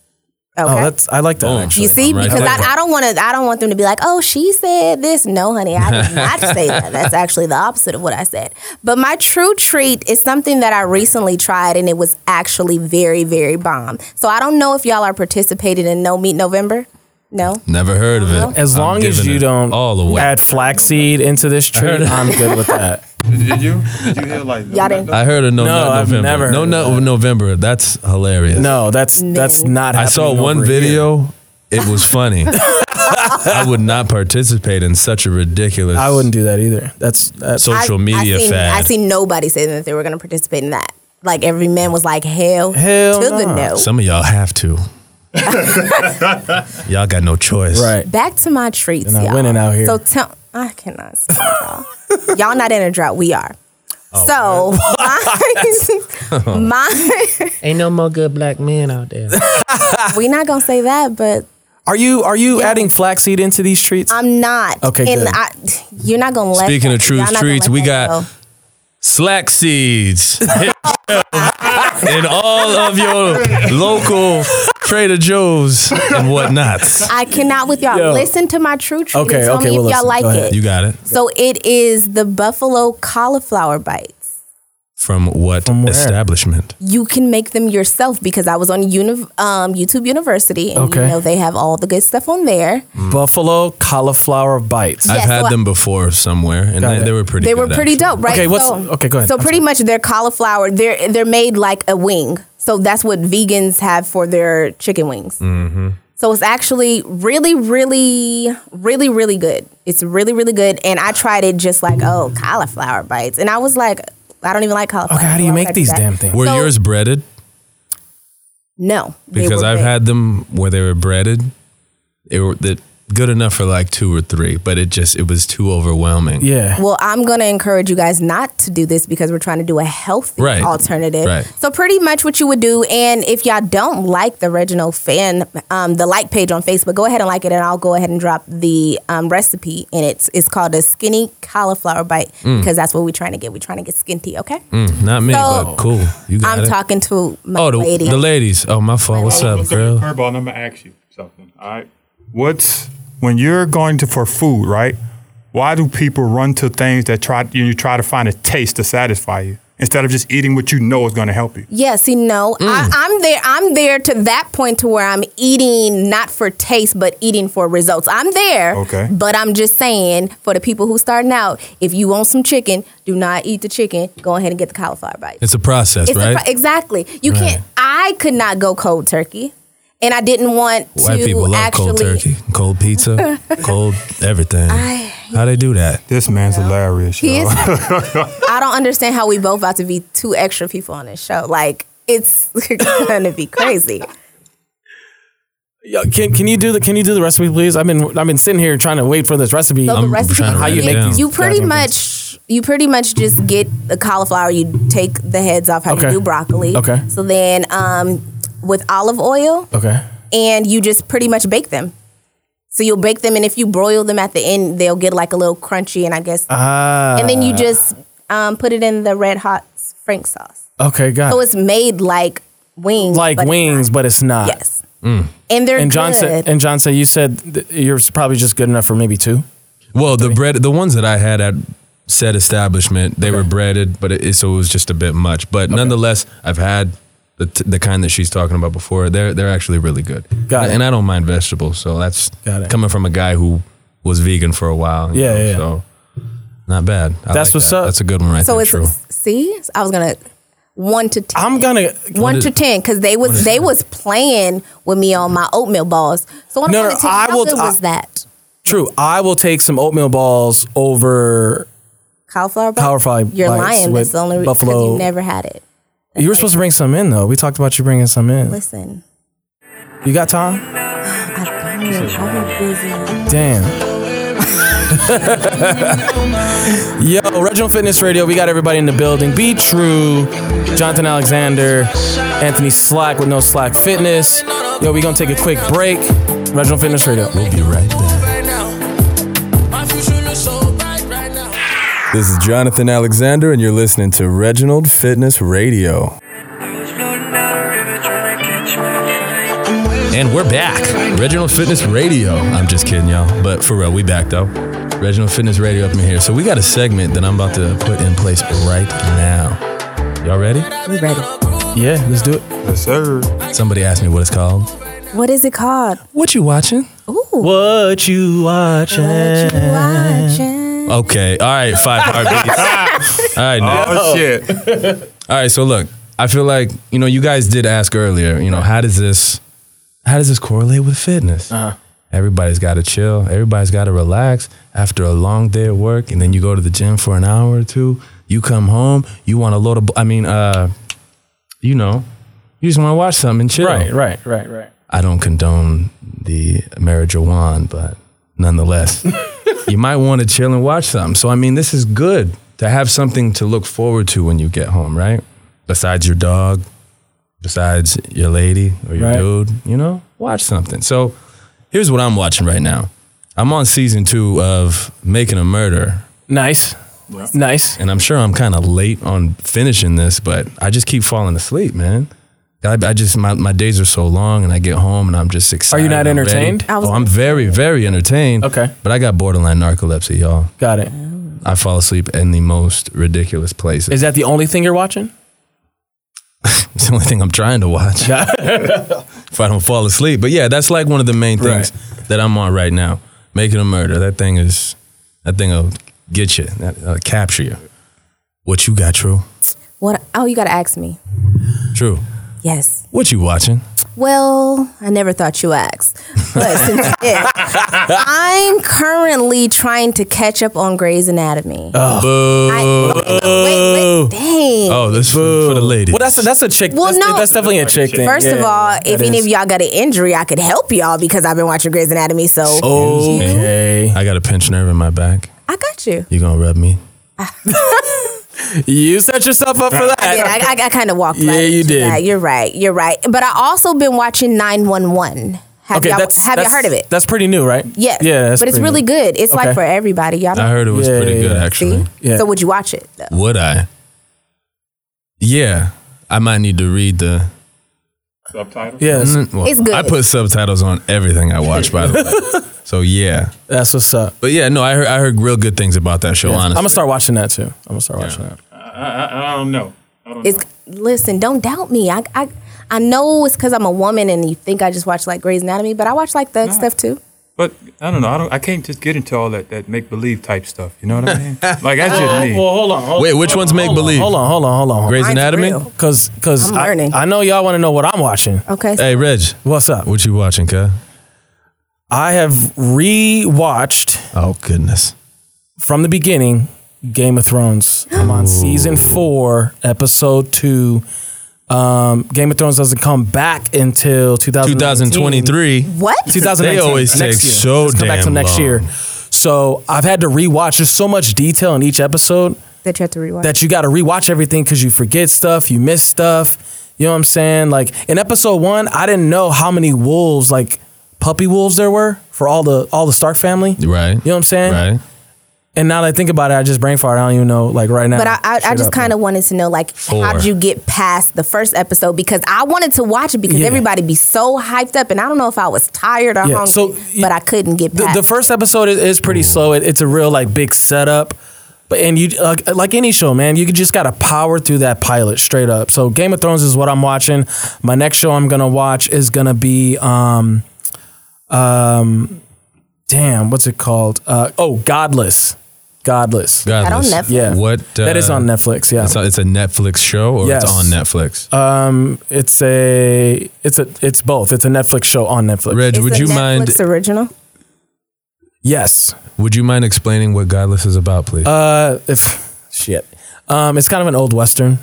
Okay.
Oh, that's I like that
Boom.
actually.
you see,
I'm right
because
there.
I, I don't want to, I don't want them to be like, "Oh, she said this." No, honey, I
[laughs]
did not say that. That's actually the opposite of what I said. But my true treat is something that I recently tried, and it was actually very, very bomb. So I don't know if y'all are participating in No Meat November. No,
Never heard of
Uh-huh.
it.
As
I'm
long as
giving
you
it
don't
all the way.
add flaxseed into this
[laughs]
treat, I'm good with that.
Did you? Did you hear like?
y'all didn't.
I heard of no,
No,
Nut
I've
November.
never
no
heard
Nut November. That's hilarious.
No, that's that's not.
I saw
happening
one
over here.
video.
[laughs]
It was funny. I would not participate in such a ridiculous
I wouldn't do that either. That's that's
social
I-
media
I seen,
fad.
I seen nobody saying that they were going to participate in that. Like every man was like, hell,
Hell
to the
nah.
no.
Some of y'all
[laughs]
have to. y'all got no choice.
right.
Back to my treats,
They're not
y'all.
winning out here.
So tell, I cannot stop
[laughs]
y'all. y'all not in a drought. We are.
Oh,
[laughs] so my, my [laughs]
Ain't no more good black men out there.
we not gonna say that, but
Are you are you adding flaxseed into these treats?
I'm not.
Okay,
and
good.
I, you're not gonna let.
Speaking
that-
of true
y'all not gonna
treats,
let
we
that
got
go.
Slack seeds. [laughs] In all of your local Trader Joe's and whatnots.
I cannot with y'all.
Yo.
Listen to my true treat.
Okay,
and tell
okay,
me if
we'll
y'all
listen.
like
Go ahead.
it.
You got it.
so it is the buffalo cauliflower bites.
From what
From where?
establishment?
you can make them yourself because I was on uni- um, YouTube University and
Okay.
you know they have all the good stuff on there.
Buffalo cauliflower bites.
Mm. Yeah,
I've had
so I-
them before somewhere, and
Got
they,
it.
they were pretty.
They
good,
were pretty
actually.
dope, right?
Okay, what's-
so,
okay, go ahead.
So
I'm
pretty much they're cauliflower. They're they're made like a wing. So that's what vegans have for their chicken wings. Mm-hmm. So it's actually really, really, really, really good. It's really, really good. And I tried it just like oh cauliflower bites, and I was like, I don't even like cauliflower.
Okay, how do you
Why would
make
I
these
that?
damn things?
Were
So-
yours breaded?
No, they
Because
were
I've
big.
had them where they were breaded. They were the, good enough for like two or three, but it just it was too overwhelming.
Yeah.
Well, I'm going to encourage you guys not to do this because we're trying to do a healthy
Right.
alternative.
Right.
So pretty much what you would do, and if y'all don't like the Reginald fan, um, the like page on Facebook, go ahead and like it, and I'll go ahead and drop the um, recipe. And it's it's called a skinny cauliflower bite because that's what we're trying to get. We're trying to get skinty. Okay.
Mm, not me,
So-
but cool. You got
I'm
it.
talking to my
oh, the,
lady.
the ladies. Oh, my fault. What's up, girl?
Curveball. I'm gonna ask you something. All right. What's when you're going to for food, right? Why do people run to things that try you try to find a taste to satisfy you instead of just eating what you know is going to help you?
Yeah, see, no,
Mm.
I, I'm there. I'm there to that point to where I'm eating not for taste, but eating for results. I'm there.
Okay.
But I'm just saying for the people who starting out, if you want some chicken, do not eat the chicken. Go ahead and get the cauliflower bites.
It's a process,
It's a
right?
pro- exactly. You can't. I could not go cold turkey, and I didn't want
White
to
people love
actually.
cold turkey, cold
[laughs]
pizza, cold everything. How they do that?
This man's hilarious.
He
yo.
is- I don't understand how we both about to be two extra people on this show. Like it's [laughs] gonna be crazy.
Yo, Can, can you do the can you do the recipe please? I've been I've been sitting here trying to wait for this recipe.
So the recipe,
trying to
How you
write it
make
down.
these
you pretty
goddamn
much
things.
you pretty much just get the cauliflower. You take the heads off how
Okay.
you do broccoli.
Okay.
So then, um, with olive oil,
Okay.
and you just pretty much bake them. So you'll bake them, and if you broil them at the end, they'll get like a little crunchy, and I guess,
Ah.
and then you just um, put it in the red hot frank sauce.
Okay, got
So
it.
it's made like wings,
like
but it's
wings, but it's not.
not. Yes.
Mm.
And they're
And John
good.
said and John said you said th- you're probably just good enough for maybe two.
Well, the bread, the ones that I had at said establishment, they were breaded, but it, it- so it was just a bit much. But nonetheless, I've had the, t- the kind that she's talking about before. They're they're actually really good.
Got
and,
it.
I don't mind vegetables, so that's
Got it.
coming from a guy who was vegan for a while. you
Yeah, yeah, yeah.
So not bad. I
That's
like
what's
that.
up.
That's a good one right
so
there.
it's
true.
see, I was gonna one to ten.
I'm gonna
one to ten because they was they was playing with me on my oatmeal balls. So on
No,
a one
no,
to ten,
I
how
will-
good was
I-
that
true. I will take some oatmeal balls over
cauliflower? Bites?
Cauliflower
You're
bites
lying.
with
That's the only reason
buffalo-
you never had it.
you were supposed to bring some in though. We talked about you bringing some in.
Listen,
You got time?
I don't. I was busy.
Damn. [laughs] Yo, Reginald Fitness Radio, we got everybody in the building. Be true. Jonathan Alexander, Anthony Slack with No Slack Fitness. Yo, we gonna take a quick break. Reginald Fitness Radio. We'll be right back.
right now. My future looks so bright right now.
This is Jonathan Alexander, and you're listening to Reginald Fitness Radio. And we're back. Reginald Fitness Radio. I'm just kidding, y'all. But for real, we back though. Reginald Fitness Radio up in here. So we got a segment that I'm about to put in place right now. Y'all ready?
We ready.
Yeah, let's do it.
Yes, sir.
Somebody asked me what it's called.
What is it called?
What you watching?
Ooh.
What you watching?
What you watching?
Okay. All right. Five
[laughs]
heartbeats. All right. now.
Oh shit.
All right, so look, I feel like you know you guys did ask earlier. You know how does this how does this correlate with fitness?
Uh-huh.
Everybody's got to chill. Everybody's got to relax after a long day at work, and then you go to the gym for an hour or two. You come home, you want to load up. I mean, uh, you know, you just want to watch something and chill.
Right, right, right, right.
I don't condone the marijuana, but nonetheless, you might want to chill and watch something. So, I mean, this is good to have something to look forward to when you get home, right? Besides your dog, besides your lady or your
Right.
dude, you know, watch something. So, here's what I'm watching right now I'm on season two of Making a Murder,
Nice. Nice.
and I'm sure I'm kind of late on finishing this, but I just keep falling asleep, man. I, I just my, my days are so long, and I get home and I'm just excited.
not
I'm ready.
entertained?
I was-
oh, I'm very very entertained.
Okay.
but I got borderline narcolepsy, y'all.
Got it.
I fall asleep in the most ridiculous places.
Is that the only thing you're watching?
[laughs]
[laughs]
It's the only thing I'm trying to watch. if I don't fall asleep. But yeah, that's like one of the main things that I'm on right now. Making a murder. That thing is, that thing will get you, that, uh, capture you. What you got, True?
What? Oh, you gotta ask me.
True.
Yes.
What you watching?
Well, I never thought you asked, but [laughs] since you did, I'm currently trying to catch up on Grey's Anatomy.
Oh.
I,
Boo.
wait, wait, dang.
Oh, this for, for the ladies.
Well, that's a, that's a chick.
Well,
that's,
no.
that's definitely a chick thing.
First
Yeah,
of all,
that
if any
is.
of y'all got an injury, I could help y'all because I've been watching Grey's Anatomy. So
Oh. Okay.
I got a pinched nerve in my back.
I got you.
You gonna rub me?
You set yourself up for
I,
that.
did. I, I, I kind of walked.
Yeah,
right
you
into
did.
that. You're right. You're right. But I also been watching 911. Have
Okay,
y'all
that's,
have
that's,
you heard of it?
That's pretty new, right?
Yes.
Yeah, that's
but it's
pretty
really
new.
good. It's
Okay.
like for everybody. Y'all
I
don't
heard it was
Yeah,
pretty
yeah,
good
yeah.
actually.
see.
Yeah.
So would you watch it? Though?
Would I? Yeah, I might need to read the.
Subtitles.
Yes,
Mm, well,
It's good.
I put subtitles on everything I watch, by the
[laughs]
way. So yeah,
that's what's up.
but yeah, no, I heard I heard real good things about that show.
I'm
Honestly,
gonna start watching that too. I'm gonna start watching that.
I, I, I don't know. I don't
It's listen, don't doubt me. I I I know it's because I'm a woman and you think I just watch like Grey's Anatomy, but I watch like that stuff too.
But I don't know. I don't. I can't just get into all that that make believe type stuff. You know what I [laughs] mean? like that's just me.
hold on. Hold
Wait, which one's make believe?
Hold on, hold on, hold on. Hold on.
Grey's
Mine's
Anatomy.
real.
Cause, cause
I'm
I,
learning.
I know y'all want to know what I'm watching.
Okay.
Hey, Reg,
What's up?
what you watching, cuh?
I have rewatched
Oh goodness,
from the beginning Game of Thrones. I'm on season four, episode two. Um, Game of Thrones doesn't come back until 2023.
2023.
what?
2019.
They always
next
take
year.
so
Let's come back to
damn
next
long.
year. So I've had to rewatch. There's so much detail in each episode
that you have to rewatch.
that you got to rewatch everything because you forget stuff, you miss stuff. You know what I'm saying? Like in episode one, I didn't know how many wolves, like puppy wolves, there were for all the all the Stark family.
Right.
You know what I'm saying?
Right.
And now that I think about it, I just brain fart. I don't even know. Like right now,
but I, I, I
Straight
just
up.
kind of wanted to know, like, how
Four.
did you get past the first episode? Because I wanted to watch it because
Yeah.
everybody be so hyped up, and I don't know if I was tired or
Yeah,
hungry,
so-
but I couldn't get
the,
past.
the first episode is, is pretty slow. It, it's a real like big setup, but and you like, like any show, man, you just gotta power through that pilot straight up. So Game of Thrones is what I'm watching. My next show I'm gonna watch is gonna be um, um, damn, what's it called? Uh, oh, Godless, Godless.
Godless.
on Netflix.
Yeah,
What?
that is
uh,
on Netflix. Yeah,
It's a, it's a Netflix show, or
Yes.
it's on Netflix.
Um, it's a it's a it's both. It's a Netflix show on Netflix.
Reg,
It's
would
a
you
Netflix
mind?
original?
Yes,
Would you mind explaining what Godless is about, please?
uh, if shit, um, it's kind of an old western.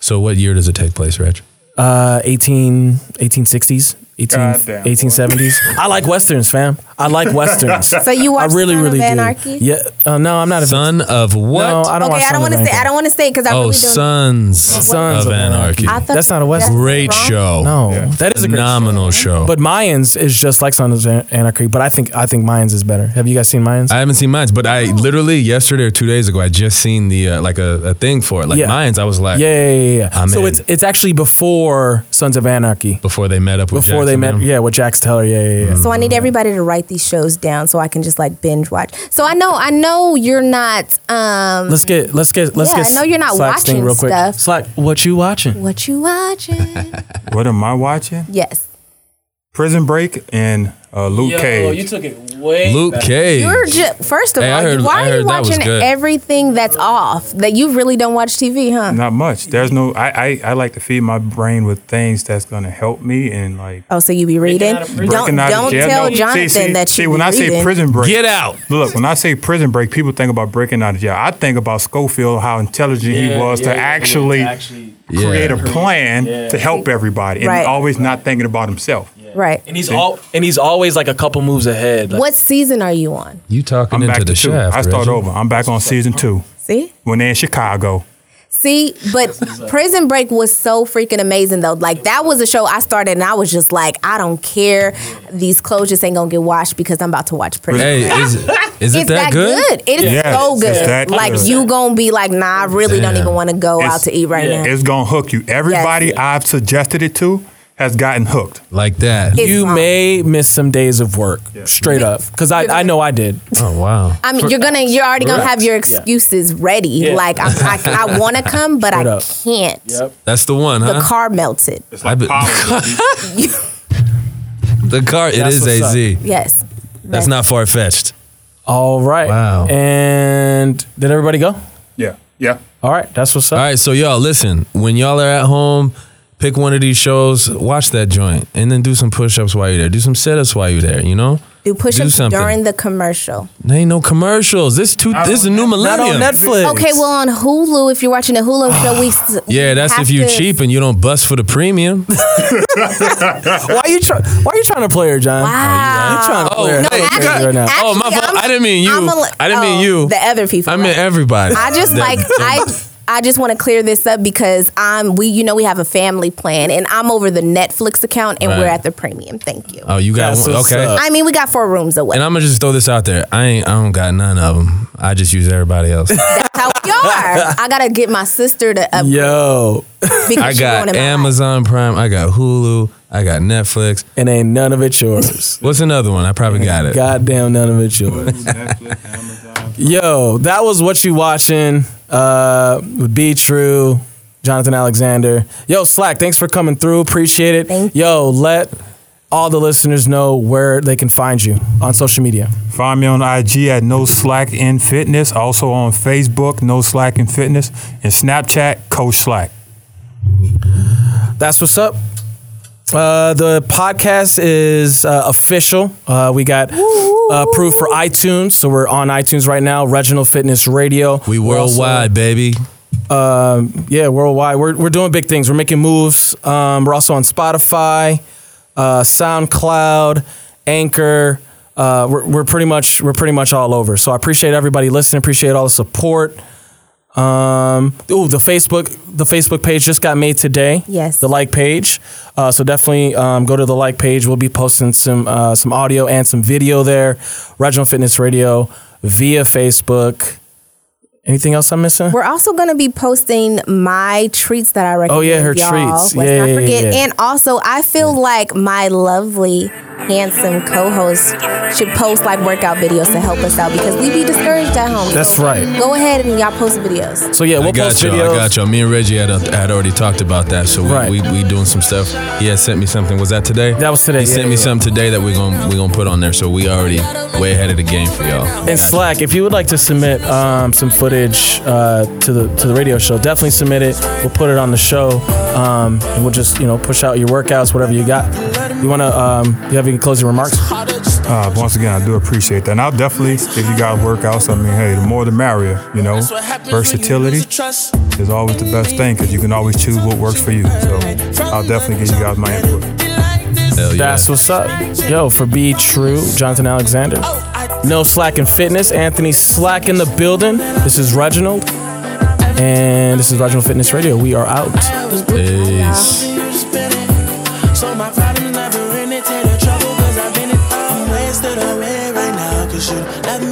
so, what year does it take place, Reg?
uh 18 1860s 18
Goddamn, boy.
1870s i like westerns fam I like westerns.
[laughs] So you watch
I really,
Son of
really do.
Anarchy?
Yeah. Uh, no, I'm not a
Son of what?
No, I don't
okay,
watch
I
Son
don't
of
want to say.
Anarchy.
I don't want to say because I
oh,
really don't.
Sons,
Sons
of,
of
Anarchy.
I thought
That's not a Western.
that's
Great
wrong.
show.
No, that is a great
phenomenal show.
But Mayans is just like Sons of Anarchy, but I think I think Mayans is better. Have you guys seen Mayans?
I haven't seen Mayans, but
Oh.
I literally yesterday or two days ago, I just seen the uh, like a, a thing for it, like
Yeah.
Mayans. I was like,
yeah, yeah, yeah. yeah.
I'm
so
in.
it's it's actually before Sons of Anarchy.
before they met up with
Before they
Jackson Mm.
met,
Brown.
yeah, with Jax Teller, yeah, yeah, yeah.
So I need everybody to write these shows down so I can just like binge watch. So I know I know you're not um
Let's get, let's get, let's
Yeah,
get.
I know you're not
Slack's thing
watching
real quick.
stuff.
Slack, what you watching?
what you
[laughs]
watching.
What am I watching?
yes.
Prison Break and uh, Luke Cage.
took it way.
Luke Cage.
You're just first of
Hey, I
all,
heard- I
why are
heard
you
that was
watching
good.
everything that's off? That you really don't watch TV, huh?
Not much. There's no. I, I I like to feed my brain with things that's gonna help me and like.
Oh, so you be reading? Don't
breaking out of
don't
jail.
tell
No, see-
Jonathan
see,
that you
see
be
when I
reading.
say prison break.
Get out.
Look, when I say prison break, people think about breaking out of jail. I think about Schofield, how intelligent he was to actually
Yeah.
create a plan to help everybody, and
Right.
always not thinking about himself.
Right.
And he's all and he's always like a couple moves ahead. Like,
What season are you on?
You talking
I'm
into
back
the
to two.
shaft?
I start
Reggie.
over. I'm back on season two.
See?
When they're in Chicago,
See, but Prison Break was so freaking amazing though. Like that was a show I started and I was just like, I don't care. These clothes just ain't gonna get washed because I'm about to watch Prison. Break.
Hey, is, is it
It's that, good? It is
Yeah.
so
Yes,
good.
it's that
like
good.
you gonna be like, nah, I really don't
Damn.
even want to go out to eat right now.
it's gonna hook you. Everybody
Yes.
I've suggested it to has gotten hooked.
Like that?
It's
You
wrong.
may miss some days of work, straight up, because I, I know I did.
oh wow.
I mean, you're gonna, you're already gonna have your excuses ready. Like I, I, I want to come,
[laughs]
but I
up.
can't.
That's the one,
The
huh?
car melted.
I
[laughs]
be- the car. It
That's
is
what's
a
up.
Z.
Yes.
That's not far fetched.
All right.
Wow.
And did everybody go?
Yeah, yeah.
All right, that's what's up.
All right, so y'all listen. When y'all are at home, pick one of these shows, watch that joint, and then do some push-ups while you're there. Do some sit-ups while you're there. You know,
Do push-ups
something.
during the commercial.
there ain't no commercials. This two. This is a new
Not
millennium.
on Netflix.
Okay, well on Hulu, if you're watching a Hulu show, we s-
Ah, Yeah, that's
have
if you
to-
cheap and you don't bust for the premium.
why are you try- why are you trying to play her, John?
Wow.
You're trying to
Oh,
play her
no,
You're
actually-
right now.
Oh, my fault.
I'm-
I didn't mean you.
I'm a-
I didn't mean
oh,
you.
The other people.
I mean
right.
everybody.
I just like I I just want to clear this up because I'm we you know we have a family plan and I'm over the Netflix account and we're
Right.
at the premium. Thank you.
Oh, you got
That's
one.
what's
Okay.
up.
I mean we got four rooms away.
And I'm gonna just throw this out there. I ain't. I don't got none of them. I just use
[laughs]
everybody else.
That's how we
[laughs]
are. I gotta get my sister to uh, up
Yo,
because
I
she
got
wanted my-
Amazon Prime. I got Hulu. I got Netflix.
and ain't none of it yours.
What's another one? I probably
Mm-hmm.
got it.
Goddamn, none of it yours. Yo, that was what you watching uh, with Be True, Jonathan Alexander. Yo, Slack, thanks for coming through. Appreciate it.
Thank
Yo, let all the listeners know where they can find you on social media.
Find me on IG at No Slack in Fitness. Also on Facebook, No Slack in Fitness, and Snapchat, Coach Slack.
That's what's up. Uh, the podcast is uh, official. Uh, we got uh, approved for iTunes, so we're on iTunes right now. Reginald Fitness Radio.
We
We're also-
worldwide, baby.
Um, yeah, worldwide. We're, we're doing big things. We're making moves. Um, we're also on Spotify, uh, SoundCloud, Anchor. Uh, we're, we're pretty much we're pretty much all over. So I appreciate everybody listening. Appreciate all the support. Um, ooh, the Facebook the Facebook page just got made today.
Yes.
the like page. Uh, so definitely um, go to the like page. We'll be posting some uh, some audio and some video there. Reginald Fitness Radio via Facebook. Anything else I'm missing?
We're also going to be posting my treats that I recommend.
Oh, yeah, her
y'all.
treats.
Let's
Yeah,
not
yeah,
forget.
yeah.
And also, I feel like my lovely, handsome co-host should post like workout videos to help us out because we be discouraged at home.
That's
So
right.
Go ahead and y'all post videos.
So yeah, we'll
I got
post
you.
videos.
I got you. Me and Reggie had, uh, had already talked about that, so we,
Right.
we we doing some stuff. He had sent me something. Was that today?
That was today,
He
yeah,
sent me
yeah.
something today that we're gonna we gonna put on there. So we already way ahead of the game for y'all.
And Slack, if you would like to submit um, some footage uh, to the to the radio show, definitely submit it. We'll put it on the show, um, and we'll just you know push out your workouts, whatever you got. You wanna um, you have any closing remarks?
Oh,
Uh, once again, I do appreciate that. And I'll definitely, if you guys work out something, hey, the more the merrier, you know? Versatility
Trust.
is always the best thing because you can always choose what works for you. So I'll definitely give you guys my input.
Be like this.
Hell yeah.
That's what's up. Yo, for Be True, Jonathan Alexander. No Slack in Fitness, Anthony Slack in the building. This is Reginald. And this is Reginald Fitness Radio. We are out.
Peace.
So my problems never ended, take the trouble, cause I've been in. I'm wasted away right now, cause you left me.